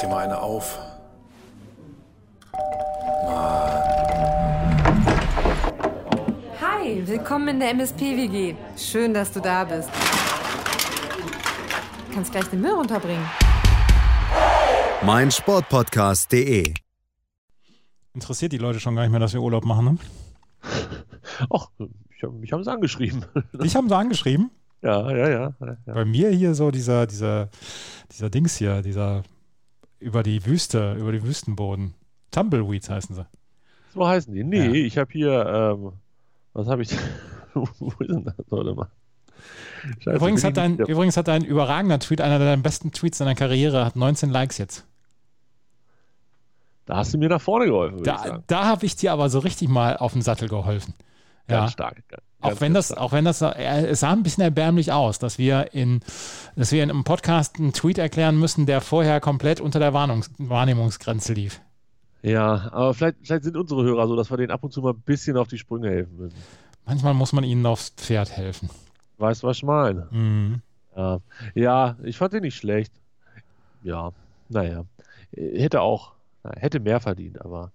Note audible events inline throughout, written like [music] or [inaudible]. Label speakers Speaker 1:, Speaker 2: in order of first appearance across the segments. Speaker 1: dir mal eine auf.
Speaker 2: Hi, willkommen in der MSP-WG. Schön, dass du da bist. Du kannst gleich den Müll runterbringen.
Speaker 3: mein Sportpodcast.de.
Speaker 4: Interessiert die Leute schon gar nicht mehr, dass wir Urlaub
Speaker 5: [laughs]
Speaker 4: machen, ne?
Speaker 5: Och, ich hab, mich haben sie angeschrieben. [laughs]
Speaker 4: ne? Dich haben sie angeschrieben.
Speaker 5: ja, ja, ja. ja, ja.
Speaker 4: Bei mir hier so dieser, dieser, dieser Dings hier, dieser über die Wüste, über den Wüstenboden. Tumbleweeds heißen sie.
Speaker 5: So heißen die. Nee,
Speaker 4: Ja.
Speaker 5: ich habe hier, ähm, was habe ich [laughs] Wo ist denn das? Warte mal. Scheiße,
Speaker 4: Übrigens
Speaker 5: bin
Speaker 4: hat,
Speaker 5: ich
Speaker 4: dein,
Speaker 5: nicht der-
Speaker 4: übrigens hat dein überragender Tweet, einer deiner besten Tweets deiner Karriere, hat 19 Likes jetzt.
Speaker 5: Da hast du mir nach vorne geholfen, würde ich
Speaker 4: Da,
Speaker 5: sagen.
Speaker 4: da habe ich dir aber so richtig mal auf den Sattel geholfen. Ja.
Speaker 5: Ganz stark. Ganz,
Speaker 4: Auch
Speaker 5: ganz,
Speaker 4: wenn
Speaker 5: ganz
Speaker 4: das,
Speaker 5: stark.
Speaker 4: auch wenn das, äh, es sah ein bisschen erbärmlich aus, dass wir in, dass wir in einem Podcast einen Tweet erklären müssen, der vorher komplett unter der Warnungs Wahrnehmungsgrenze lief.
Speaker 5: Ja, aber vielleicht, vielleicht sind unsere Hörer so, dass wir denen ab und zu mal ein bisschen auf die Sprünge helfen müssen.
Speaker 4: Manchmal muss man ihnen aufs Pferd helfen.
Speaker 5: Weißt du, was ich meine?
Speaker 4: Mhm.
Speaker 5: Ja. ja, ich fand den nicht schlecht. Ja, naja. Äh, Hätte auch, na, hätte mehr verdient, aber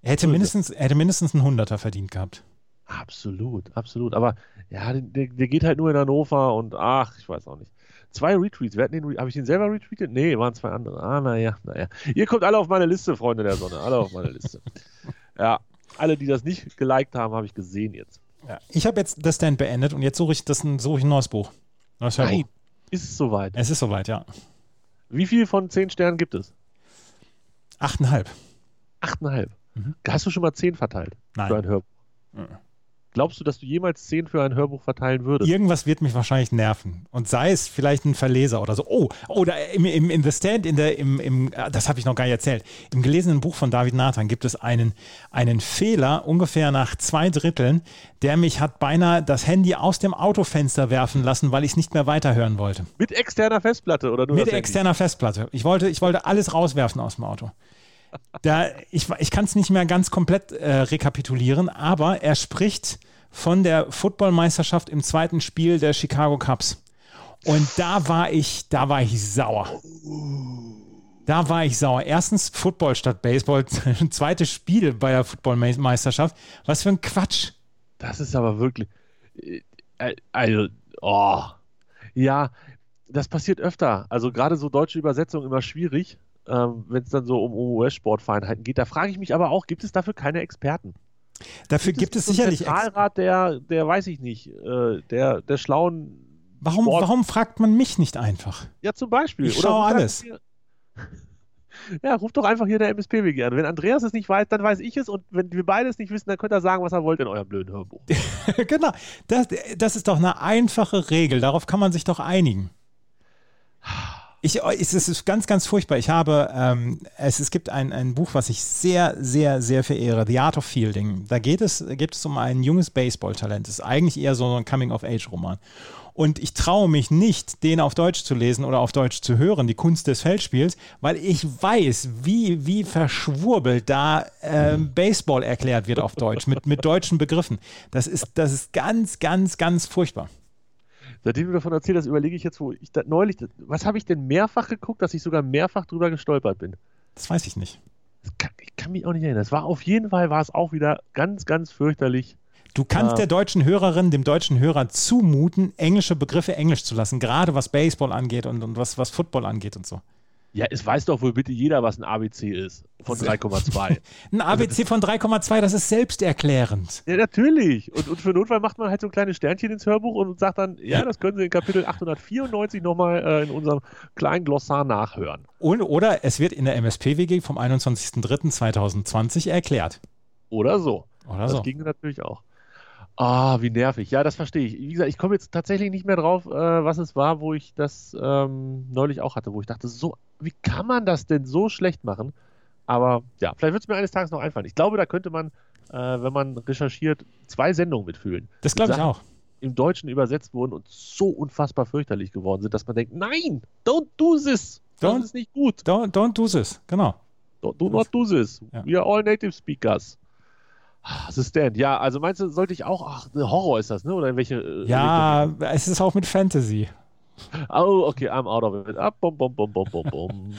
Speaker 4: Er hätte mindestens, er hätte mindestens einen Hunderter verdient gehabt.
Speaker 5: absolut, absolut. Aber ja, der, der, der geht halt nur in Hannover und ach, ich weiß auch nicht. Zwei Retweets. Wer hat den, Re- habe ich den selber retweetet? Nee, waren zwei andere. Ah, naja, naja. Ihr kommt alle auf meine Liste, Freunde der Sonne. Alle auf
Speaker 4: [laughs]
Speaker 5: meine Liste. Ja, alle, die das nicht geliked haben, habe ich gesehen jetzt.
Speaker 4: Ich habe jetzt das Stand beendet und jetzt suche ich, das, suche ich ein neues Buch. Neues Hörbuch.
Speaker 5: Nein, ist es soweit.
Speaker 4: Es ist soweit, ja.
Speaker 5: Wie viel von zehn Sternen gibt es?
Speaker 4: Achteinhalb.
Speaker 5: Achteinhalb.
Speaker 4: Mhm.
Speaker 5: Hast du schon mal zehn verteilt? für ein
Speaker 4: Nein.
Speaker 5: Hörbuch.
Speaker 4: Mhm.
Speaker 5: Glaubst du, dass du jemals 10 für ein Hörbuch verteilen würdest?
Speaker 4: Irgendwas wird mich wahrscheinlich nerven. Und sei es vielleicht ein Verleser oder so. Oh, oder im, im, in The Stand, in der, im, im, ah, das habe ich noch gar nicht erzählt. Im gelesenen Buch von David Nathan gibt es einen, einen Fehler, ungefähr nach zwei Dritteln, der mich hat beinahe das Handy aus dem Autofenster werfen lassen, weil ich es nicht mehr weiterhören wollte.
Speaker 5: Mit externer Festplatte oder nur
Speaker 4: Mit
Speaker 5: das Handy?
Speaker 4: externer Festplatte. Ich wollte, ich wollte alles rauswerfen aus dem Auto. Da, ich ich kann es nicht mehr ganz komplett äh, rekapitulieren, aber er spricht von der Footballmeisterschaft im zweiten Spiel der Chicago Cubs. Und da war ich, da war ich sauer. Da war ich sauer. Erstens Football statt Baseball, [laughs] zweites Spiel bei der Footballmeisterschaft. Was für ein Quatsch.
Speaker 5: Das ist aber wirklich. äh, äh, Also, oh. Ja, das passiert öfter. Also, gerade so deutsche Übersetzungen immer schwierig, ähm, wenn es dann so um US-Sportfeinheiten geht. Da frage ich mich aber auch, gibt es dafür keine Experten?
Speaker 4: Dafür gibt es
Speaker 5: so einen
Speaker 4: sicherlich. Ex
Speaker 5: Zentralrat, der, der weiß ich nicht, äh, der, der schlauen.
Speaker 4: warum,
Speaker 5: Sport-
Speaker 4: warum fragt man mich nicht einfach?
Speaker 5: Ja, zum Beispiel.
Speaker 4: Ich schaue
Speaker 5: ruf doch
Speaker 4: alles.
Speaker 5: hier- [laughs] Ja, ruf doch einfach hier der MSP-WG an. Wenn Andreas es nicht weiß, dann weiß ich es. Und wenn wir beide es nicht wissen, dann könnt ihr sagen, was ihr wollt in eurem blöden Hörbuch.
Speaker 4: [laughs] genau. Das, das ist doch eine einfache Regel. Darauf kann man sich doch einigen. Ich, es ist- es ist ganz, ganz furchtbar. Ich habe, ähm, es, es gibt ein, ein Buch, was ich sehr, sehr, sehr verehre, The Art of Fielding. Da geht es, geht es um ein junges Baseballtalent. Das ist eigentlich eher so ein Coming-of-Age-Roman. Und ich traue mich nicht, den auf Deutsch zu lesen oder auf Deutsch zu hören, die Kunst des Feldspiels, weil ich weiß, wie, wie verschwurbelt da ähm, Baseball erklärt wird auf Deutsch, mit, mit deutschen Begriffen. Das ist, das ist ganz, ganz, ganz furchtbar.
Speaker 5: Seitdem du davon erzählt hast, überlege ich jetzt, wo ich da, neulich, was habe ich denn mehrfach geguckt, dass ich sogar mehrfach drüber gestolpert bin.
Speaker 4: Das weiß ich nicht.
Speaker 5: Das kann, ich kann mich auch nicht erinnern. Es war auf jeden Fall, war es auch wieder ganz, ganz fürchterlich.
Speaker 4: Du kannst
Speaker 5: Ja.
Speaker 4: der deutschen Hörerin, dem deutschen Hörer zumuten, englische Begriffe englisch zu lassen, gerade was Baseball angeht und, und was, was Football angeht und so.
Speaker 5: Ja, es weiß doch wohl bitte jeder, was ein ABC ist. [laughs] Von 3,2.
Speaker 4: Ein ABC von 3,2, das ist selbsterklärend.
Speaker 5: ja, natürlich. Und, und für Notfall macht man halt so ein kleines Sternchen ins Hörbuch und sagt dann, ja, das können Sie in Kapitel 894 nochmal äh, in unserem kleinen Glossar nachhören.
Speaker 4: Und, oder es wird in der MSP-WG vom 21.03.2020 erklärt.
Speaker 5: Oder so.
Speaker 4: Oder
Speaker 5: Das
Speaker 4: so.
Speaker 5: ging natürlich auch. Ah, wie nervig. Ja, das verstehe ich. Wie gesagt, ich komme jetzt tatsächlich nicht mehr drauf, äh, was es war, wo ich das ähm, neulich auch hatte, wo ich dachte, so, wie kann man das denn so schlecht machen? Aber ja, vielleicht wird es mir eines Tages noch einfallen. Ich glaube, da könnte man, äh, wenn man recherchiert, zwei Sendungen mitfühlen,
Speaker 4: Das glaube ich
Speaker 5: Sachen
Speaker 4: auch.
Speaker 5: im Deutschen übersetzt wurden und so unfassbar fürchterlich geworden sind, dass man denkt, nein, don't do this.
Speaker 4: Don't-
Speaker 5: Das ist nicht gut.
Speaker 4: Don't, don't do this. Genau.
Speaker 5: Do, do not do this.
Speaker 4: Ja.
Speaker 5: We are all native speakers. Ah, The Stand. Ja, also meinst du, sollte ich auch, ach, Horror ist das, ne? Oder in welche? äh,
Speaker 4: Ja, es ist auch mit Fantasy.
Speaker 5: Oh, okay, I'm out of it. Ah, Ab, bom, bom, bom, bom, bom,
Speaker 4: [laughs]
Speaker 5: bom.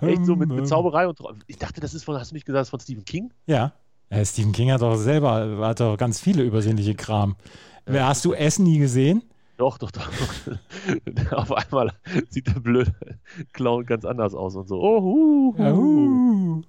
Speaker 5: Echt so mit,
Speaker 4: Hm,
Speaker 5: mit Zauberei und Tro- Ich dachte, das ist von, hast du nicht gesagt, das ist von Stephen King?
Speaker 4: Ja. Äh, Stephen King hat doch selber hat doch ganz viele übersinnliche Kram. Wer Hast du Essen nie gesehen?
Speaker 5: Doch, doch, doch. [laughs] Auf einmal sieht der blöde Clown ganz anders aus und so. Oh, hu, hu.
Speaker 4: Juhu.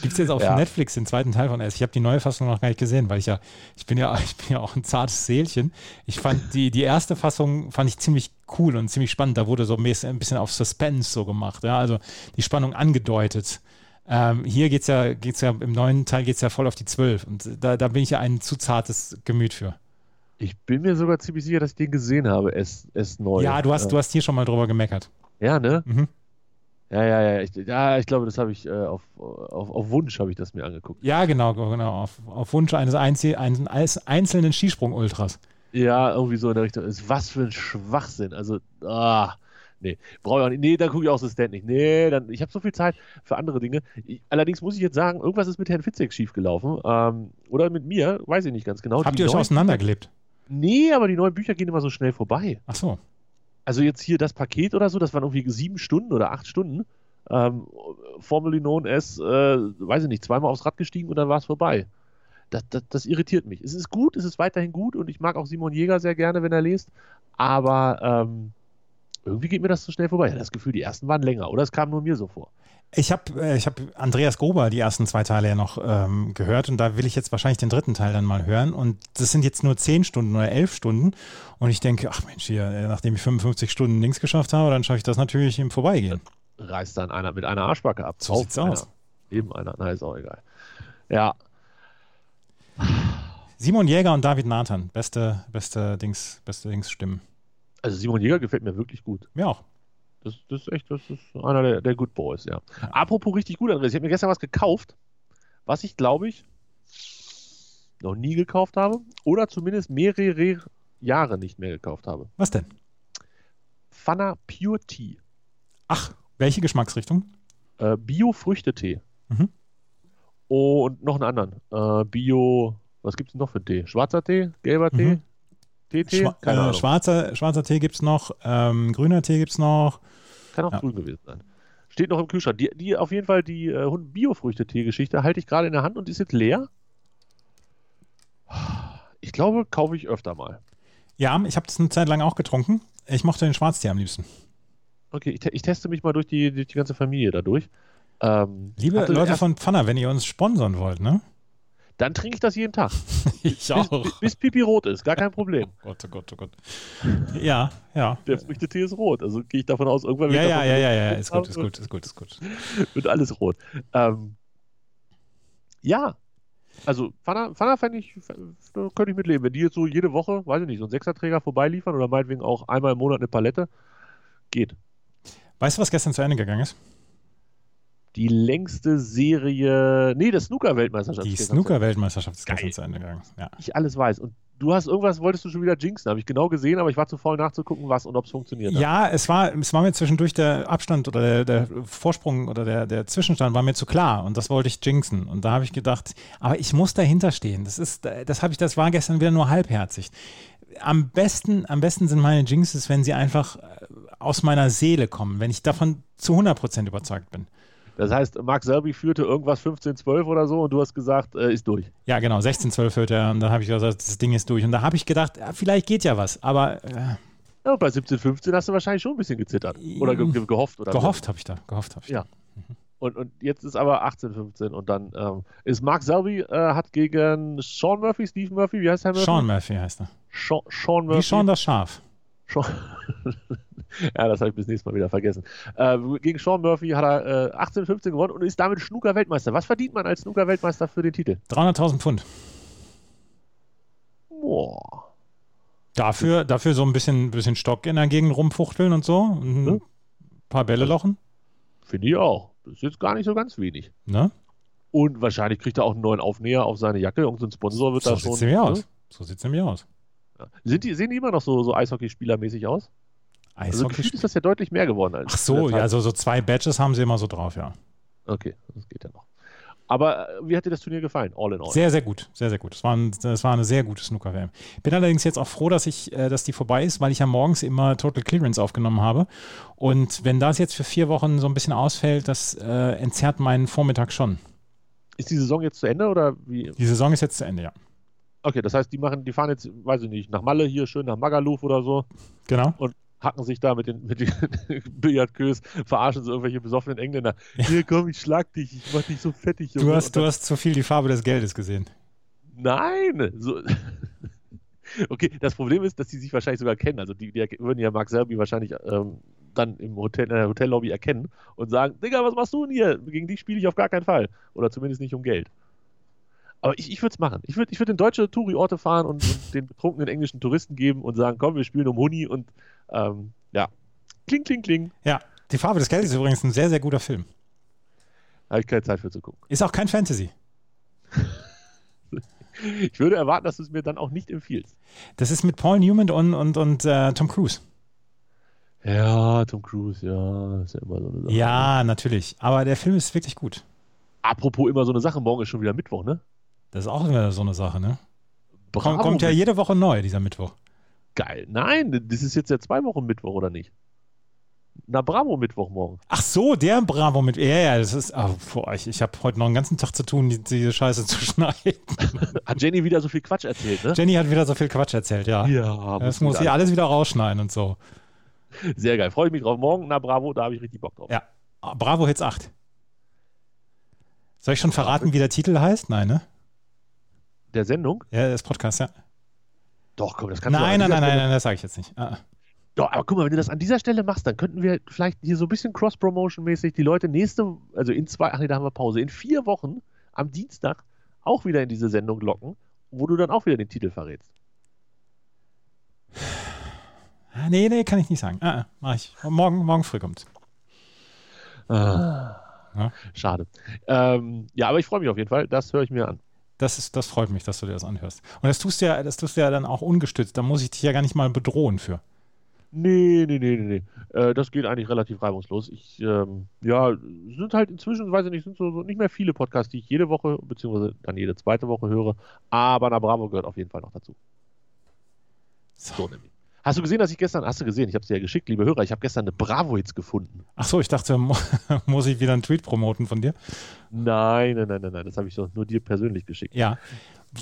Speaker 4: Gibt's jetzt auf
Speaker 5: Ja.
Speaker 4: Netflix den zweiten Teil von S. Ich habe die neue Fassung noch gar nicht gesehen, weil ich ja, ich bin ja, [laughs] ich bin ja auch ein zartes Seelchen. Ich fand die, die erste Fassung fand ich ziemlich cool und ziemlich spannend. Da wurde so ein bisschen ein bisschen auf Suspense so gemacht, ja, also die Spannung angedeutet. Ähm, hier geht's ja, geht's ja, im neuen Teil geht's ja voll auf die Zwölf. Und da, da bin ich ja ein zu zartes Gemüt für.
Speaker 5: Ich bin mir sogar ziemlich sicher, dass ich den gesehen habe, S, S9.
Speaker 4: Ja, du hast, du hast hier schon mal drüber gemeckert.
Speaker 5: Ja, ne?
Speaker 4: Mhm.
Speaker 5: Ja, ja, ja. Ich, ja, ich glaube, das habe ich äh, auf, auf, auf Wunsch habe ich das mir angeguckt.
Speaker 4: Ja, genau, genau. Auf, auf Wunsch eines einzel ein- eines einzelnen Skisprung-Ultras.
Speaker 5: Ja, irgendwie so in der Richtung. Ist, was für ein Schwachsinn. Also, ah, nee, brauche ich auch nicht. Nee, dann gucke ich auch so Stand nicht. Nee, dann, ich habe so viel Zeit für andere Dinge. Ich, allerdings muss ich jetzt sagen, irgendwas ist mit Herrn Fitzek schiefgelaufen. Ähm, oder mit mir, weiß ich nicht ganz genau.
Speaker 4: Habt
Speaker 5: Die
Speaker 4: ihr euch
Speaker 5: neuen-
Speaker 4: auseinandergelebt?
Speaker 5: Nee, aber die neuen Bücher gehen immer so schnell vorbei.
Speaker 4: Ach so.
Speaker 5: Also jetzt hier das Paket oder so, das waren irgendwie sieben Stunden oder acht Stunden. Ähm, formerly known as, äh, weiß ich nicht, zweimal aufs Rad gestiegen und dann war es vorbei. Das, das, das irritiert mich. Es ist gut, es ist weiterhin gut und ich mag auch Simon Jäger sehr gerne, wenn er liest, aber ähm, irgendwie geht mir das zu schnell vorbei. Ich hatte das Gefühl, die ersten waren länger oder es kam nur mir so vor.
Speaker 4: Ich habe äh, ich hab Andreas Gruber die ersten zwei Teile ja noch ähm, gehört und da will ich jetzt wahrscheinlich den dritten Teil dann mal hören. Und das sind jetzt nur zehn Stunden oder elf Stunden. Und ich denke, ach Mensch, hier, äh, nachdem ich 55 Stunden links geschafft habe, dann schaffe ich das natürlich im Vorbeigehen.
Speaker 5: Reißt dann einer mit einer Arschbacke ab.
Speaker 4: So
Speaker 5: Auf
Speaker 4: sieht's aus.
Speaker 5: Einer. Eben einer, na ist auch egal. Ja,
Speaker 4: Simon Jäger und David Nathan, beste, beste Dings, beste Dings Stimmen.
Speaker 5: also Simon Jäger gefällt mir wirklich gut.
Speaker 4: Mir auch.
Speaker 5: Das, das ist echt, das ist einer der, der Good Boys, ja. Apropos richtig gut, Andreas, ich habe mir gestern was gekauft, was ich, glaube ich, noch nie gekauft habe oder zumindest mehrere Jahre nicht mehr gekauft habe.
Speaker 4: Was denn?
Speaker 5: Fana Pure Tea,
Speaker 4: Ach, welche Geschmacksrichtung?
Speaker 5: äh, Bio-Früchtetee
Speaker 4: Mhm.
Speaker 5: und noch einen anderen. Äh, Bio, was gibt es noch für Tee? Schwarzer Tee? Gelber Tee?
Speaker 4: Mhm.
Speaker 5: Teetee?
Speaker 4: Schwa-
Speaker 5: Keine
Speaker 4: äh,
Speaker 5: Ahnung.
Speaker 4: schwarzer, schwarzer Tee gibt's noch, ähm, grüner Tee gibt's noch.
Speaker 5: Kann auch
Speaker 4: Ja.
Speaker 5: grün gewesen sein. Steht noch im Kühlschrank. Die, die auf jeden Fall die äh, Hund- Bio-Früchtetee-Geschichte halte ich gerade in der Hand und ist jetzt leer. Ich glaube, kaufe ich öfter mal.
Speaker 4: Ja, ich habe das eine Zeit lang auch getrunken. Ich mochte den Schwarztee am liebsten.
Speaker 5: Okay, ich, te ich teste mich mal durch die, durch die ganze Familie dadurch. Ähm,
Speaker 4: Liebe
Speaker 5: hatte
Speaker 4: Leute
Speaker 5: erst-
Speaker 4: von Pfanner, wenn ihr uns sponsern wollt, ne?
Speaker 5: Dann trinke ich das jeden Tag.
Speaker 4: [laughs] Ich Oh
Speaker 5: Bis, bis, bis Pipi rot ist, gar kein Problem.
Speaker 4: Gott, oh Gott, oh Gott. Ja, ja.
Speaker 5: Der Früchtetee ist rot, also gehe ich davon aus, irgendwann
Speaker 4: Ja,
Speaker 5: ich
Speaker 4: ja,
Speaker 5: davon
Speaker 4: ja,
Speaker 5: genug
Speaker 4: ja, ja,
Speaker 5: getrunken
Speaker 4: ist gut,
Speaker 5: habe,
Speaker 4: ist gut, ist gut, ist gut.
Speaker 5: Wird alles rot. Ähm, ja, also Pfanner, Pfanner fände ich, da könnte ich mitleben. Wenn die jetzt so jede Woche, weiß ich nicht, so einen Sechserträger vorbeiliefern oder meinetwegen auch einmal im Monat eine Palette, geht.
Speaker 4: Weißt du, was gestern zu Ende gegangen ist?
Speaker 5: Die längste Serie, nee, der Snooker-Weltmeisterschaft.
Speaker 4: Die
Speaker 5: steht
Speaker 4: Snooker-Weltmeisterschaft ist gestern
Speaker 5: Geil.
Speaker 4: zu Ende gegangen. Ja.
Speaker 5: tatsächlich. Ich alles weiß. Und du hast irgendwas, wolltest du schon wieder jinxen, habe ich genau gesehen, aber ich war zu faul nachzugucken, was und ob es funktioniert. hat.
Speaker 4: Ja, es war, es war mir zwischendurch der Abstand oder der, der Vorsprung oder der, der Zwischenstand war mir zu klar und das wollte ich jinxen. Und da habe ich gedacht, aber ich muss dahinter stehen. Das ist, das habe ich, das war gestern wieder nur halbherzig. Am besten, am besten sind meine Jinxes, wenn sie einfach äh, aus meiner Seele kommen, wenn ich davon zu 100% überzeugt bin.
Speaker 5: Das heißt, Mark Selby führte irgendwas 15-12 oder so und du hast gesagt, äh, ist durch.
Speaker 4: Ja, genau, 16, 12 hört er und dann habe ich gesagt, das Ding ist durch. Und da habe ich gedacht, ja, vielleicht geht ja was, aber äh,
Speaker 5: Ja, bei 17-15 hast du wahrscheinlich schon ein bisschen gezittert. Oder ge ge gehofft. Oder so.
Speaker 4: gehofft habe ich da, gehofft habe ich.
Speaker 5: Ja. Und, und jetzt ist aber 18, 15 und dann ähm, ist Mark Selby äh, hat gegen Sean Murphy, Steve Murphy, wie heißt der Murphy?
Speaker 4: Sean Murphy heißt er.
Speaker 5: Sean, Sean Murphy.
Speaker 4: Wie Sean das Schaf.
Speaker 5: Sean [laughs] ja, das habe ich bis nächstes Mal wieder vergessen. Ähm, gegen Sean Murphy hat er äh, 18, 15 gewonnen und ist damit Snooker-Weltmeister. Was verdient man als Snooker-Weltmeister für den Titel?
Speaker 4: 300.000 Pfund.
Speaker 5: Boah.
Speaker 4: Dafür, dafür so ein bisschen, bisschen Stock in der Gegend rumfuchteln und so. und Ein
Speaker 5: Hm?
Speaker 4: paar Bälle
Speaker 5: Also
Speaker 4: lochen.
Speaker 5: Finde ich auch. Das ist jetzt gar nicht so ganz wenig.
Speaker 4: Ne?
Speaker 5: Und wahrscheinlich kriegt er auch einen neuen Aufnäher auf seine Jacke. Irgend so ein Sponsor wird
Speaker 4: So
Speaker 5: da schon. ne?
Speaker 4: sieht es nämlich aus. So sieht es nämlich aus.
Speaker 5: Sind die, sehen die immer noch so, so Eishockeyspielermäßig aus? Also halt
Speaker 4: Eishockey
Speaker 5: gefühlt ist das ja deutlich mehr geworden. Als
Speaker 4: Ach so,
Speaker 5: in der
Speaker 4: ja,
Speaker 5: Tat.
Speaker 4: so, so zwei Badges haben sie immer so drauf, ja.
Speaker 5: Okay, das geht ja noch. Aber äh, wie hat dir das Turnier gefallen? All in all.
Speaker 4: Sehr, sehr gut, sehr, sehr gut. Es war, ein, es war eine sehr gute Snooker-WM. Bin allerdings jetzt auch froh, dass ich, äh, dass die vorbei ist, weil ich ja morgens immer Total Clearance aufgenommen habe. Und wenn das jetzt für vier Wochen so ein bisschen ausfällt, das äh, entzerrt meinen Vormittag schon.
Speaker 5: Ist die Saison jetzt zu Ende oder wie?
Speaker 4: Die Saison ist jetzt zu Ende, ja.
Speaker 5: Okay, das heißt, die machen, die fahren jetzt, weiß ich nicht, nach Malle hier, schön nach Magaluf oder so,
Speaker 4: Genau.
Speaker 5: hacken sich da mit den, mit den [laughs] Billardkös, verarschen so irgendwelche besoffenen
Speaker 4: [laughs]
Speaker 5: Engländer. Hier komm, ich schlag dich, ich mach dich so fettig.
Speaker 4: Du
Speaker 5: Junge.
Speaker 4: hast,
Speaker 5: Und
Speaker 4: du
Speaker 5: dann-
Speaker 4: hast zu viel die Farbe des Geldes gesehen.
Speaker 5: Nein! So. [laughs] Okay, das Problem ist, dass die sich wahrscheinlich sogar kennen. Also die, die würden ja Mark Serbi wahrscheinlich ähm, dann im Hotel, in der Hotellobby erkennen und sagen, Digga, was machst du denn hier? Gegen dich spiele ich auf gar keinen Fall. Oder zumindest nicht um Geld. Aber ich, ich würde es machen. Ich würde ich würd in deutsche Touri-Orte fahren und, und den betrunkenen englischen Touristen geben und sagen, komm, wir spielen um Huni und ähm, ja. Kling, kling, kling.
Speaker 4: Ja, die Farbe des Geldes ist übrigens ein sehr, sehr guter Film.
Speaker 5: Habe ich keine Zeit für zu gucken.
Speaker 4: Ist auch kein Fantasy.
Speaker 5: Ich würde erwarten, dass du es mir dann auch nicht empfiehlst.
Speaker 4: Das ist mit Paul Newman und, und, und äh, Tom Cruise.
Speaker 5: Ja, Tom Cruise, ja, ist ja immer so eine Sache.
Speaker 4: Ja, natürlich. Aber der Film ist wirklich gut.
Speaker 5: Apropos immer so eine Sache, morgen ist schon wieder Mittwoch, ne?
Speaker 4: Das ist auch immer so eine Sache, ne?
Speaker 5: Bravo,
Speaker 4: Kommt, kommt ja jede Woche neu, dieser Mittwoch.
Speaker 5: geil. Nein, das ist jetzt ja zwei Wochen Mittwoch, oder nicht? Na, Bravo Mittwoch morgen.
Speaker 4: Ach so, der Bravo mit. Ja, ja, das ist. ah, boah, ich ich habe heute noch einen ganzen Tag zu tun, die, diese Scheiße [laughs] zu schneiden.
Speaker 5: Hat Jenny wieder so viel Quatsch erzählt, ne?
Speaker 4: Jenny hat wieder so viel Quatsch erzählt, ja.
Speaker 5: Ja,
Speaker 4: das muss
Speaker 5: ich
Speaker 4: sie alles wieder rausschneiden und so.
Speaker 5: Sehr geil. Freue ich mich drauf. Morgen, na Bravo, da habe ich richtig Bock drauf.
Speaker 4: Ja. Ah, Bravo Hits 8. Soll ich schon verraten, wie der Titel heißt? Nein, ne?
Speaker 5: Der Sendung?
Speaker 4: Ja, das Podcast, ja.
Speaker 5: Doch, komm, das kannst du
Speaker 4: Nein,
Speaker 5: an
Speaker 4: nein, nein,
Speaker 5: dieser
Speaker 4: nein,
Speaker 5: Stelle-
Speaker 4: nein, das sage ich jetzt nicht. Ah, ah.
Speaker 5: Doch, aber guck mal, wenn du das an dieser Stelle machst, dann könnten wir vielleicht hier so ein bisschen Cross-Promotion-mäßig die Leute nächste, also in zwei, ach nee, da haben wir Pause, in vier Wochen am Dienstag auch wieder in diese Sendung locken, wo du dann auch wieder den Titel verrätst.
Speaker 4: Ah, Nee, nee, kann ich nicht sagen. Ah, ah, mach ich. Morgen, morgen früh kommt. Ja.
Speaker 5: Ah. Schade. Ähm, ja, aber ich freue mich auf jeden Fall. Das höre ich mir an.
Speaker 4: Das, ist, das freut mich, dass du dir das anhörst. Und das tust du ja, das tust du ja dann auch ungestützt. Da muss ich dich ja gar nicht mal bedrohen für.
Speaker 5: Nee, nee, nee, nee, nee. Äh, das geht eigentlich relativ reibungslos. Ich, ähm, ja, es sind halt inzwischen, weiß ich nicht, sind so, so nicht mehr viele Podcasts, die ich jede Woche, beziehungsweise dann jede zweite Woche höre. Aber Na Bravo gehört auf jeden Fall noch dazu. So nämlich. Hast du gesehen, dass ich gestern, hast du gesehen, ich habe es dir ja geschickt, liebe Hörer, ich habe gestern eine Bravo-Hits gefunden.
Speaker 4: Ach so, ich dachte, mu- [laughs] muss ich wieder einen Tweet promoten von dir?
Speaker 5: Nein, nein, nein, nein, nein, das habe ich doch nur dir persönlich geschickt.
Speaker 4: Ja.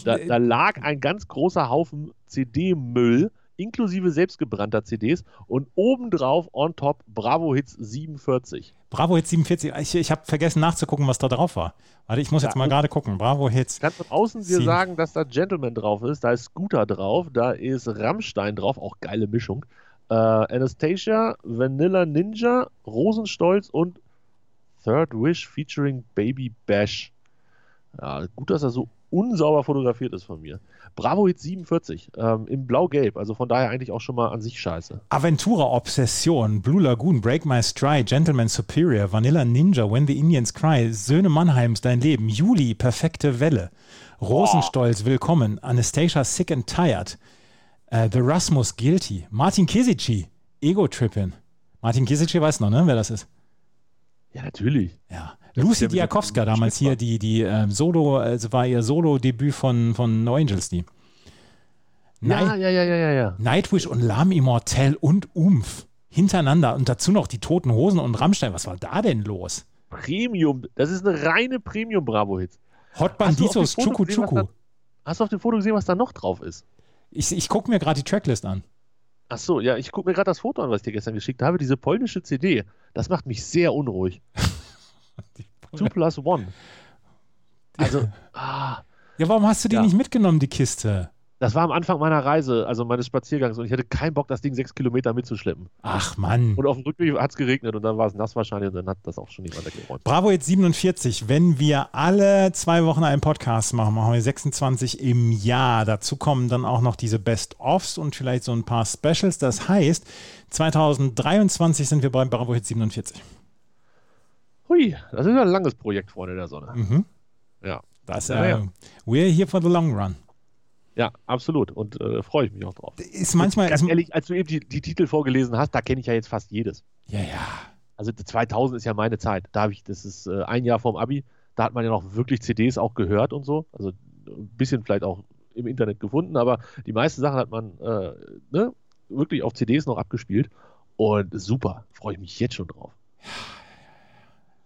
Speaker 5: Da, da lag ein ganz großer Haufen CD-Müll, inklusive selbstgebrannter CDs und obendrauf on top Bravo-Hits 47.
Speaker 4: Bravo Hits 47. Ich, ich habe vergessen nachzugucken, was da drauf war. Warte, ich muss jetzt
Speaker 5: Ja.
Speaker 4: mal gerade gucken. Bravo Hits.
Speaker 5: kann von außen dir
Speaker 4: Sieben.
Speaker 5: sagen, dass da Gentleman drauf ist, da ist Scooter drauf, da ist Rammstein drauf, auch geile Mischung. Äh, Anastasia, Vanilla Ninja, Rosenstolz und Third Wish featuring Baby Bash. Ja, gut, dass das so unsauber fotografiert ist von mir. Bravo Hit 47, ähm, im Blau-Gelb, also von daher eigentlich auch schon mal an sich scheiße.
Speaker 4: Aventura Obsession, Blue Lagoon, Break My Stride, Gentleman Superior, Vanilla Ninja, When the Indians Cry, Söhne Mannheims, Dein Leben, Juli, Perfekte Welle, Rosenstolz, Willkommen, Anastasia Sick and Tired, äh, The Rasmus Guilty, Martin Kisici, Ego Trippin. Martin Kisici weiß noch, ne, wer das ist.
Speaker 5: Ja, natürlich.
Speaker 4: Ja.
Speaker 5: ist ja
Speaker 4: Lucy
Speaker 5: mit dem
Speaker 4: Diakowska damals
Speaker 5: Schnitt war.
Speaker 4: hier, die, die ähm, Solo, also war ihr Solo-Debüt von, von No Angels, die.
Speaker 5: Ja, ja, ja, ja, ja, ja.
Speaker 4: Nightwish und Lam Immortel und Umf hintereinander und dazu noch die Toten Hosen und Rammstein. Was war da denn los?
Speaker 5: Premium, das ist eine reine Premium-Bravo-Hit.
Speaker 4: Hot
Speaker 5: Hast du auch die
Speaker 4: Banditos,
Speaker 5: Fotos
Speaker 4: Chuku
Speaker 5: gesehen, was
Speaker 4: Chuku.
Speaker 5: da- Hast du auf dem Foto gesehen, was da noch drauf ist?
Speaker 4: Ich, ich gucke mir gerade die Tracklist an.
Speaker 5: Ach so, ja, ich gucke mir gerade das Foto an, was ich dir gestern geschickt habe. Diese polnische CD, das macht mich sehr unruhig. Two
Speaker 4: [laughs]
Speaker 5: plus one. Also, ah,
Speaker 4: Ja, warum hast du die
Speaker 5: Ja.
Speaker 4: nicht mitgenommen, die Kiste?
Speaker 5: das war am Anfang meiner Reise, also meines Spaziergangs, und ich hatte keinen Bock, das Ding sechs Kilometer mitzuschleppen.
Speaker 4: Ach Mann.
Speaker 5: Und auf dem Rückweg hat es geregnet und dann war es nass wahrscheinlich und dann hat das auch schon niemand weggeräumt.
Speaker 4: Bravo jetzt 47. Wenn wir alle zwei Wochen einen Podcast machen, machen wir 26 im Jahr. Dazu kommen dann auch noch diese Best-Offs und vielleicht so ein paar Specials. Das heißt, 2023 sind wir bei Bravo Hit 47.
Speaker 5: Hui, das ist ja ein langes Projekt, Freunde der Sonne.
Speaker 4: Mhm.
Speaker 5: Ja,
Speaker 4: Das,
Speaker 5: Ja,
Speaker 4: äh,
Speaker 5: ja.
Speaker 4: We're here for the long run.
Speaker 5: ja absolut. Und äh, freue ich mich auch drauf.
Speaker 4: Ist manchmal.
Speaker 5: Ganz
Speaker 4: ist,
Speaker 5: ehrlich, als du eben die, die Titel vorgelesen hast, da kenne ich ja jetzt fast jedes.
Speaker 4: ja, ja.
Speaker 5: Also 2000 ist ja meine Zeit. Da habe ich, das ist äh, ein Jahr vorm Abi. Da hat man ja noch wirklich CDs auch gehört und so. Also ein bisschen vielleicht auch im Internet gefunden, aber die meisten Sachen hat man äh, ne, wirklich auf CDs noch abgespielt. Und super, freue ich mich jetzt schon drauf.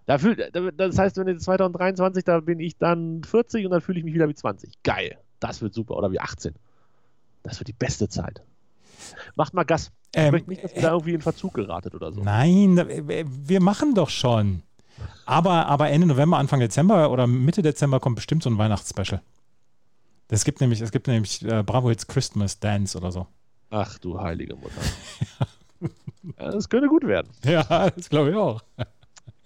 Speaker 5: Da fühl, da- das heißt, wenn jetzt 2023, da bin ich dann 40 und dann fühle ich mich wieder wie 20. Geil, das wird super. Oder wie 18. Das wird die beste Zeit. Macht mal Gas. Ich
Speaker 4: Ähm,
Speaker 5: möchte nicht, dass ihr da irgendwie in Verzug geratet oder so.
Speaker 4: Nein, da- äh, wir machen doch schon. Aber, aber Ende November, Anfang Dezember oder Mitte Dezember kommt bestimmt so ein Weihnachtsspecial. Es gibt nämlich, es gibt nämlich äh, Bravo Hits Christmas Dance oder
Speaker 5: [laughs]
Speaker 4: so.
Speaker 5: Ach du heilige Mutter. ja, das könnte gut werden.
Speaker 4: Ja, das glaube ich auch.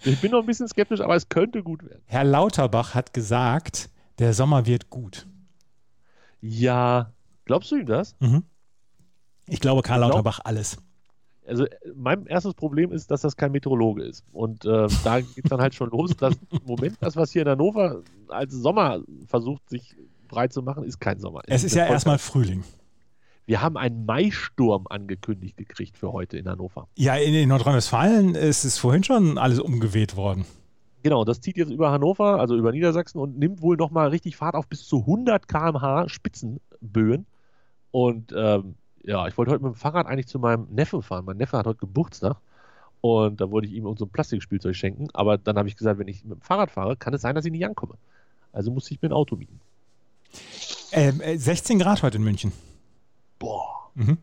Speaker 5: Ich bin noch ein bisschen skeptisch, aber es könnte gut werden.
Speaker 4: Herr Lauterbach hat gesagt, der Sommer wird gut.
Speaker 5: Ja. Glaubst du ihm das?
Speaker 4: Ich glaube, Karl
Speaker 5: glaub-
Speaker 4: Lauterbach alles.
Speaker 5: also äh, mein erstes Problem ist, dass das kein Meteorologe ist. Und äh, da geht es dann halt schon los, dass im Moment das, was hier in Hannover als Sommer versucht, sich breit zu machen, ist kein Sommer.
Speaker 4: Es ist ja erstmal Frühling.
Speaker 5: Wir haben einen Maisturm angekündigt gekriegt für heute in Hannover.
Speaker 4: Ja, in, in Nordrhein-Westfalen ist es vorhin schon alles umgeweht worden.
Speaker 5: Genau, das zieht jetzt über Hannover, also über Niedersachsen und nimmt wohl nochmal richtig Fahrt auf bis zu 100 km/h Spitzenböen. Und ähm, ja, ich wollte heute mit dem Fahrrad eigentlich zu meinem Neffen fahren. Mein Neffe hat heute Geburtstag und da wollte ich ihm so ein Plastikspielzeug schenken. Aber dann habe ich gesagt, wenn ich mit dem Fahrrad fahre, kann es sein, dass ich nicht ankomme. Also musste ich mir ein Auto mieten.
Speaker 4: Ähm, äh, 16 Grad heute in München.
Speaker 5: Boah.
Speaker 4: Mhm.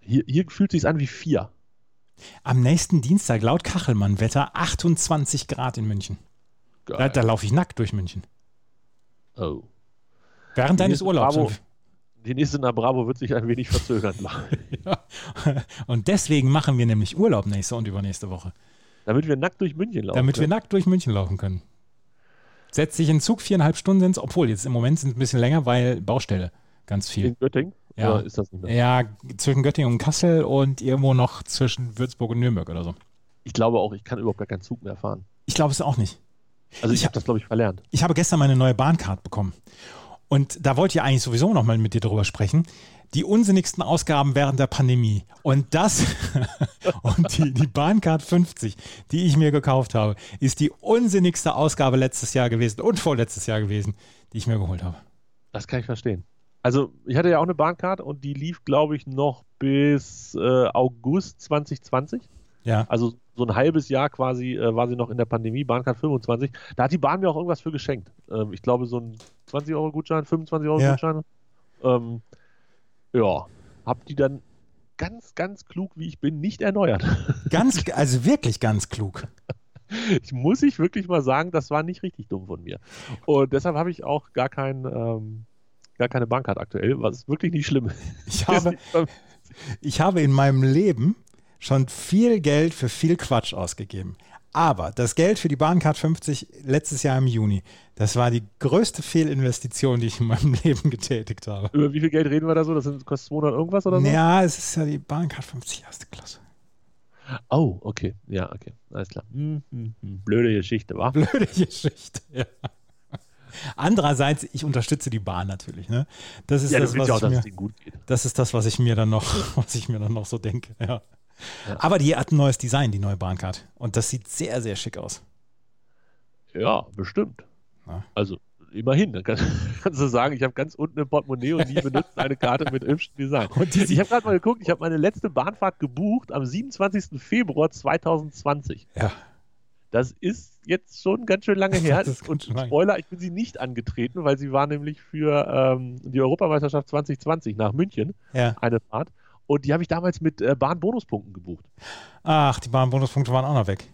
Speaker 5: Hier, hier fühlt es sich an wie vier.
Speaker 4: Am nächsten Dienstag laut Kachelmann-Wetter 28 Grad in München. Da,
Speaker 5: Geil.
Speaker 4: da laufe ich nackt durch München.
Speaker 5: Oh.
Speaker 4: Während deines
Speaker 5: Dieses
Speaker 4: Urlaubs.
Speaker 5: Bravo. Die nächste nach Bravo wird sich ein wenig verzögern.
Speaker 4: [laughs] Und deswegen machen wir nämlich Urlaub nächste und übernächste Woche.
Speaker 5: Damit wir nackt durch München laufen.
Speaker 4: damit wir
Speaker 5: können.
Speaker 4: nackt durch München laufen können. Setzt sich in Zug, viereinhalb Stunden sind es, obwohl jetzt im Moment sind es ein bisschen länger, weil Baustelle ganz viel.
Speaker 5: in Göttingen?
Speaker 4: Ja.
Speaker 5: Oder ist das nicht mehr?
Speaker 4: Ja, zwischen Göttingen und Kassel und irgendwo noch zwischen Würzburg und Nürnberg oder so.
Speaker 5: Ich glaube auch, ich kann überhaupt gar keinen Zug mehr fahren.
Speaker 4: Ich glaube es auch nicht.
Speaker 5: Also ich,
Speaker 4: Ich
Speaker 5: habe das, glaube ich, verlernt.
Speaker 4: Ich habe gestern meine neue Bahncard bekommen. Und da wollte ich eigentlich sowieso nochmal mit dir drüber sprechen. Die unsinnigsten Ausgaben während der Pandemie. Und das, [laughs] und die, die Bahncard 50, die ich mir gekauft habe, ist die unsinnigste Ausgabe letztes Jahr gewesen und vorletztes Jahr gewesen, die ich mir geholt habe.
Speaker 5: Das kann ich verstehen. Also ich hatte ja auch eine Bahncard und die lief, glaube ich, noch bis äh, August 2020.
Speaker 4: Ja.
Speaker 5: Also so ein halbes Jahr quasi äh, war sie noch in der Pandemie, Bahncard 25. Da hat die Bahn mir auch irgendwas für geschenkt. Ähm, ich glaube, so ein 20-Euro-Gutschein, 25-Euro-Gutschein. Ähm, ja, hab die dann ganz, ganz klug, wie ich bin, nicht erneuert.
Speaker 4: Ganz, also wirklich ganz klug.
Speaker 5: ich muss ich wirklich mal sagen, das war nicht richtig dumm von mir. Und deshalb habe ich auch gar kein, ähm, gar keine Bankkarte aktuell, was wirklich nicht schlimm ist. [laughs]
Speaker 4: Ich habe, ich habe in meinem Leben schon viel Geld für viel Quatsch ausgegeben. Aber das Geld für die Bahncard 50 letztes Jahr im Juni, das war die größte Fehlinvestition, die ich in meinem [laughs] Leben getätigt habe.
Speaker 5: Über wie viel Geld reden wir da so? Das sind, kostet 200 irgendwas oder so?
Speaker 4: Ja, es ist ja die Bahncard 50 erste Klasse. [laughs]
Speaker 5: Oh, okay. Ja, okay. Alles klar. Hm, hm, hm. Blöde Geschichte, wa?
Speaker 4: Blöde Geschichte. Ja. Andererseits, ich unterstütze die Bahn natürlich. Ne? Das ist
Speaker 5: Ja,
Speaker 4: das,
Speaker 5: du
Speaker 4: was
Speaker 5: willst ja auch,
Speaker 4: ich
Speaker 5: dass
Speaker 4: mir,
Speaker 5: es denen gut geht.
Speaker 4: das ist das, was ich mir dann noch, [laughs] was ich mir dann noch so denke. Ja. Aber die hat ein neues Design, die neue Bahncard. Und das sieht sehr, sehr schick aus.
Speaker 5: Ja, bestimmt.
Speaker 4: Ja.
Speaker 5: Also, immerhin. Dann kann, [laughs] kannst du sagen, ich habe ganz unten im Portemonnaie und nie
Speaker 4: [laughs]
Speaker 5: benutzt eine Karte mit hübschem Design.
Speaker 4: Und die-
Speaker 5: ich habe gerade mal geguckt, ich habe meine letzte Bahnfahrt gebucht am 27. Februar 2020.
Speaker 4: Ja.
Speaker 5: Das ist jetzt schon ganz
Speaker 4: [laughs]
Speaker 5: schön lange her.
Speaker 4: Das ist ganz
Speaker 5: und
Speaker 4: schön lange.
Speaker 5: Spoiler, ich bin sie nicht angetreten, weil sie war nämlich für ähm, die Europameisterschaft 2020 nach München
Speaker 4: Ja.
Speaker 5: eine Fahrt. Und die habe ich damals mit äh, Bahnbonuspunkten gebucht.
Speaker 4: Ach, die Bahnbonuspunkte waren auch noch weg.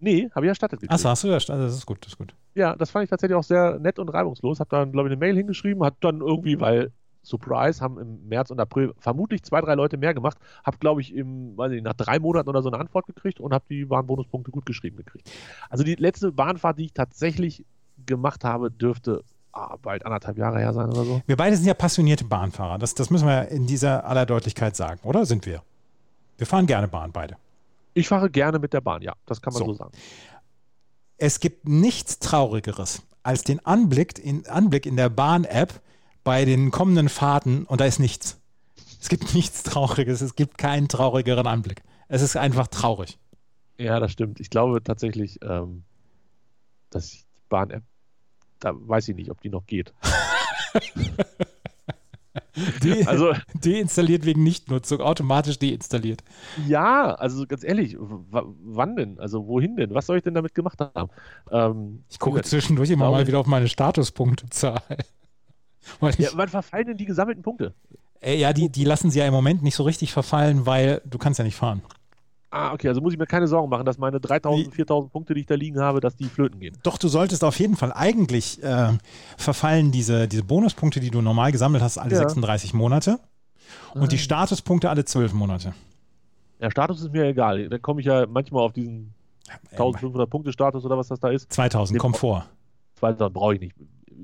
Speaker 5: Nee, habe ich erstattet gekriegt.
Speaker 4: Achso, hast du ja, also das ist gut, das ist gut.
Speaker 5: Ja, das fand ich tatsächlich auch sehr nett und reibungslos. Hab dann, glaube ich, eine Mail hingeschrieben, hat dann irgendwie, weil Surprise, haben im März und April vermutlich zwei, drei Leute mehr gemacht. Hab, glaube ich, im, weiß ich, nicht, nach drei Monaten oder so eine Antwort gekriegt und hab die Bahnbonuspunkte gut geschrieben gekriegt. Also die letzte Bahnfahrt, die ich tatsächlich gemacht habe, dürfte ah, bald anderthalb Jahre her sein oder so.
Speaker 4: Wir beide sind ja passionierte Bahnfahrer. Das, das müssen wir ja in dieser aller Deutlichkeit sagen, oder? Sind wir? Wir fahren gerne Bahn, beide.
Speaker 5: Ich fahre gerne mit der Bahn, ja, das kann man
Speaker 4: So.
Speaker 5: so sagen.
Speaker 4: Es gibt nichts Traurigeres als den Anblick in, Anblick in der Bahn-App bei den kommenden Fahrten und da ist nichts. Es gibt [laughs] nichts Trauriges, es gibt keinen traurigeren Anblick. Es ist einfach traurig.
Speaker 5: Ja, das stimmt. Ich glaube tatsächlich, ähm, dass ich die Bahn-App da weiß ich nicht, ob die noch geht.
Speaker 4: De
Speaker 5: [laughs] Also,
Speaker 4: [laughs] deinstalliert wegen Nichtnutzung, automatisch deinstalliert.
Speaker 5: ja, also ganz ehrlich, w- wann denn? Also, wohin denn? Was soll ich denn damit gemacht haben? Ähm,
Speaker 4: Ich gucke zwischendurch immer mal
Speaker 5: Glaube-
Speaker 4: wieder auf meine Statuspunktezahl. [laughs] Weil ich,
Speaker 5: ja, wann verfallen denn die gesammelten Punkte?
Speaker 4: äh, ja, die, die lassen sie ja im Moment nicht so richtig verfallen, weil du kannst ja nicht fahren.
Speaker 5: Ah, okay, also muss ich mir keine Sorgen machen, dass meine 3000, 4000 Punkte, die ich da liegen habe, dass die flöten gehen.
Speaker 4: Doch, du solltest auf jeden Fall eigentlich äh, verfallen diese, diese Bonuspunkte, die du normal gesammelt hast, alle
Speaker 5: Ja.
Speaker 4: 36 Monate. Und die Statuspunkte alle 12 Monate.
Speaker 5: Der Status ist mir egal. Da komme ich ja manchmal auf diesen 1500 Punkte Status oder was das da ist.
Speaker 4: 2000, Ähm, komm vor.
Speaker 5: Zweitens brauche ich nicht.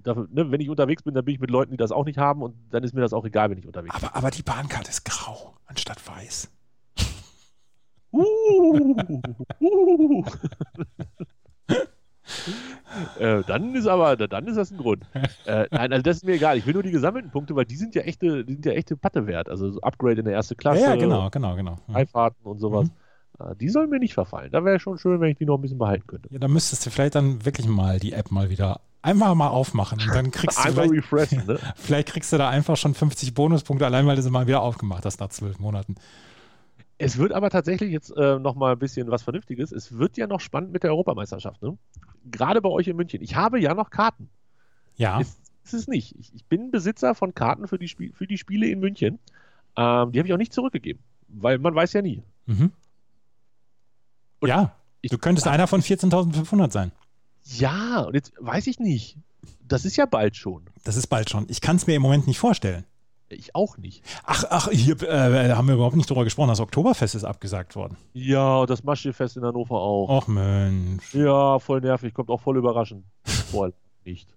Speaker 5: Dafür, ne, wenn ich unterwegs bin, dann bin ich mit Leuten, die das auch nicht haben und dann ist mir das auch egal, wenn ich unterwegs bin.
Speaker 4: Aber, aber die Bahnkarte ist grau anstatt weiß.
Speaker 5: Uh, [laughs] uh. äh, dann ist aber, da- dann ist das ein Grund. Äh, nein, also das ist mir egal. Ich will nur die gesammelten Punkte, weil die sind ja echte, die sind ja echte Patte wert. Also so Upgrade in der erste
Speaker 4: Ja,
Speaker 5: Klasse,
Speaker 4: ja, genau, Mhm. genau, genau. Ja.
Speaker 5: Freifahrten und sowas. Äh, Die sollen mir nicht verfallen. Da wäre schon schön, wenn ich die noch ein bisschen behalten könnte.
Speaker 4: Ja, dann müsstest du vielleicht dann wirklich mal die App mal wieder einfach mal aufmachen. Und dann kriegst du
Speaker 5: Einfach
Speaker 4: vielleicht, [laughs]
Speaker 5: refreshen, ne?
Speaker 4: vielleicht kriegst du da einfach schon 50 Bonuspunkte, allein weil du sie mal wieder aufgemacht hast nach zwölf Monaten.
Speaker 5: Es wird aber tatsächlich jetzt äh, nochmal ein bisschen was Vernünftiges. Es wird ja noch spannend mit der Europameisterschaft, ne? Gerade bei euch in München. Ich habe ja noch Karten.
Speaker 4: Ja,
Speaker 5: Ist, ist es nicht. Ich, ich bin Besitzer von Karten für die, Spie- für die Spiele in München. Ähm, die habe ich auch nicht zurückgegeben, weil man weiß ja nie.
Speaker 4: mhm.
Speaker 5: Und
Speaker 4: ja
Speaker 5: ich- ah,
Speaker 4: du könntest einer von 14.500 sein.
Speaker 5: Ja, und jetzt weiß ich nicht. Das ist ja bald schon.
Speaker 4: Das ist bald schon. Ich kann es mir im Moment nicht vorstellen.
Speaker 5: Ich auch nicht.
Speaker 4: Ach, ach, hier äh, haben wir überhaupt nicht drüber gesprochen. Das Oktoberfest ist abgesagt worden.
Speaker 5: Ja, und das Maschefest in Hannover auch.
Speaker 4: Och Mensch.
Speaker 5: Ja, voll nervig, kommt auch voll
Speaker 4: [laughs]
Speaker 5: überraschend. Voll nicht.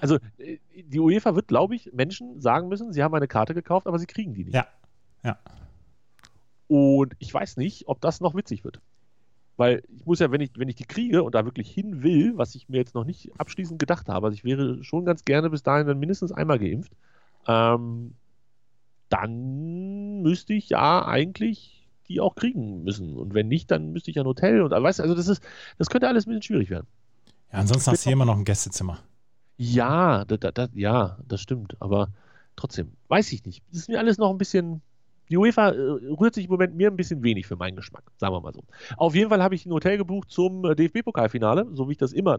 Speaker 5: Also, äh, die UEFA wird, glaube ich, Menschen sagen müssen, sie haben eine Karte gekauft, aber sie kriegen die nicht.
Speaker 4: Ja. Ja.
Speaker 5: Und ich weiß nicht, ob das noch witzig wird. Weil ich muss ja, wenn ich, wenn ich die kriege und da wirklich hin will, was ich mir jetzt noch nicht abschließend gedacht habe, also ich wäre schon ganz gerne bis dahin dann mindestens einmal geimpft, ähm, dann müsste ich ja eigentlich die auch kriegen müssen. Und wenn nicht, dann müsste ich ja ein Hotel und weißt du, also das ist, das könnte alles ein bisschen schwierig werden.
Speaker 4: Ja, ansonsten hast du hier immer noch ein Gästezimmer.
Speaker 5: Ja, da, da, da, ja, das stimmt. Aber trotzdem, weiß ich nicht. Das ist mir alles noch ein bisschen. Die UEFA äh, rührt sich im Moment mir ein bisschen wenig für meinen Geschmack, sagen wir mal so. Auf jeden Fall habe ich ein Hotel gebucht zum äh, DFB-Pokalfinale, so wie ich das immer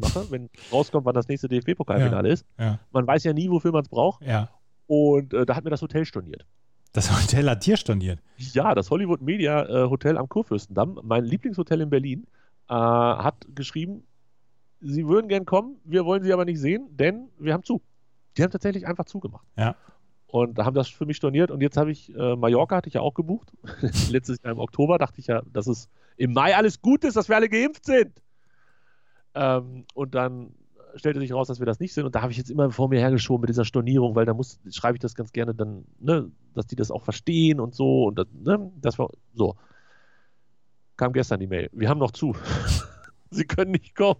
Speaker 4: [laughs]
Speaker 5: mache, wenn rauskommt, wann das nächste DFB-Pokalfinale ist.
Speaker 4: Ja,
Speaker 5: Man weiß ja nie, wofür man es braucht.
Speaker 4: ja.
Speaker 5: Und äh, da hat mir das Hotel storniert.
Speaker 4: Das Hotel hat dir storniert.
Speaker 5: Ja, das Hollywood Media äh, Hotel am Kurfürstendamm, mein Lieblingshotel in Berlin, äh, hat geschrieben, sie würden gern kommen, wir wollen sie aber nicht sehen, denn wir haben zu. Die haben tatsächlich einfach zugemacht.
Speaker 4: Ja.
Speaker 5: Und haben das für mich storniert. Und jetzt habe ich, äh, Mallorca hatte ich ja auch gebucht. [laughs] Letztes Jahr im Oktober dachte ich ja, dass es im Mai alles gut ist, dass wir alle geimpft sind. Ähm, und dann stellte sich raus, dass wir das nicht sind. Und da habe ich jetzt immer vor mir hergeschoben mit dieser Stornierung, weil da muss, schreibe ich das ganz gerne dann, ne, dass die das auch verstehen und so. Und das, ne, das war so. Kam gestern die Mail. Wir haben noch zu. [laughs] Sie können nicht kommen.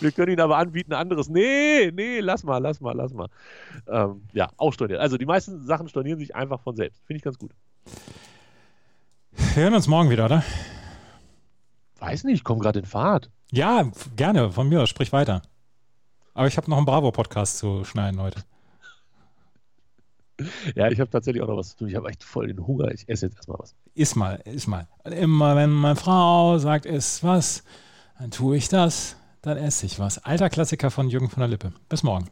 Speaker 5: Wir können Ihnen aber anbieten, anderes. Nee, nee, lass mal, lass mal, lass mal. Ähm, ja, auch storniert. Also die meisten Sachen stornieren sich einfach von selbst. Finde ich ganz gut.
Speaker 4: Wir hören uns morgen wieder, oder?
Speaker 5: Weiß nicht, komm gerade in Fahrt.
Speaker 4: Ja, f- gerne, von mir aus, sprich weiter. Aber ich habe noch einen Bravo-Podcast zu schneiden heute.
Speaker 5: Ja, ich habe tatsächlich auch noch was zu tun. Ich habe echt voll den Hunger. Ich esse jetzt erstmal was.
Speaker 4: Ist mal, ist mal. Immer wenn meine Frau sagt, ist was, dann tue ich das, dann esse ich was. Alter Klassiker von Jürgen von der Lippe. Bis morgen.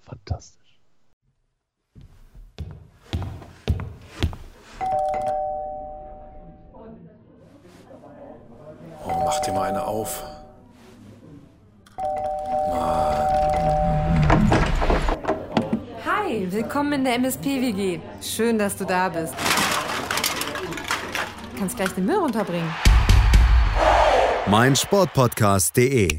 Speaker 5: Fantastisch.
Speaker 1: Oh, mach dir mal eine auf.
Speaker 2: Hi, willkommen in der MSP-WG. Schön, dass du da bist. Kannst gleich den Müll runterbringen.
Speaker 3: meinsportpodcast.de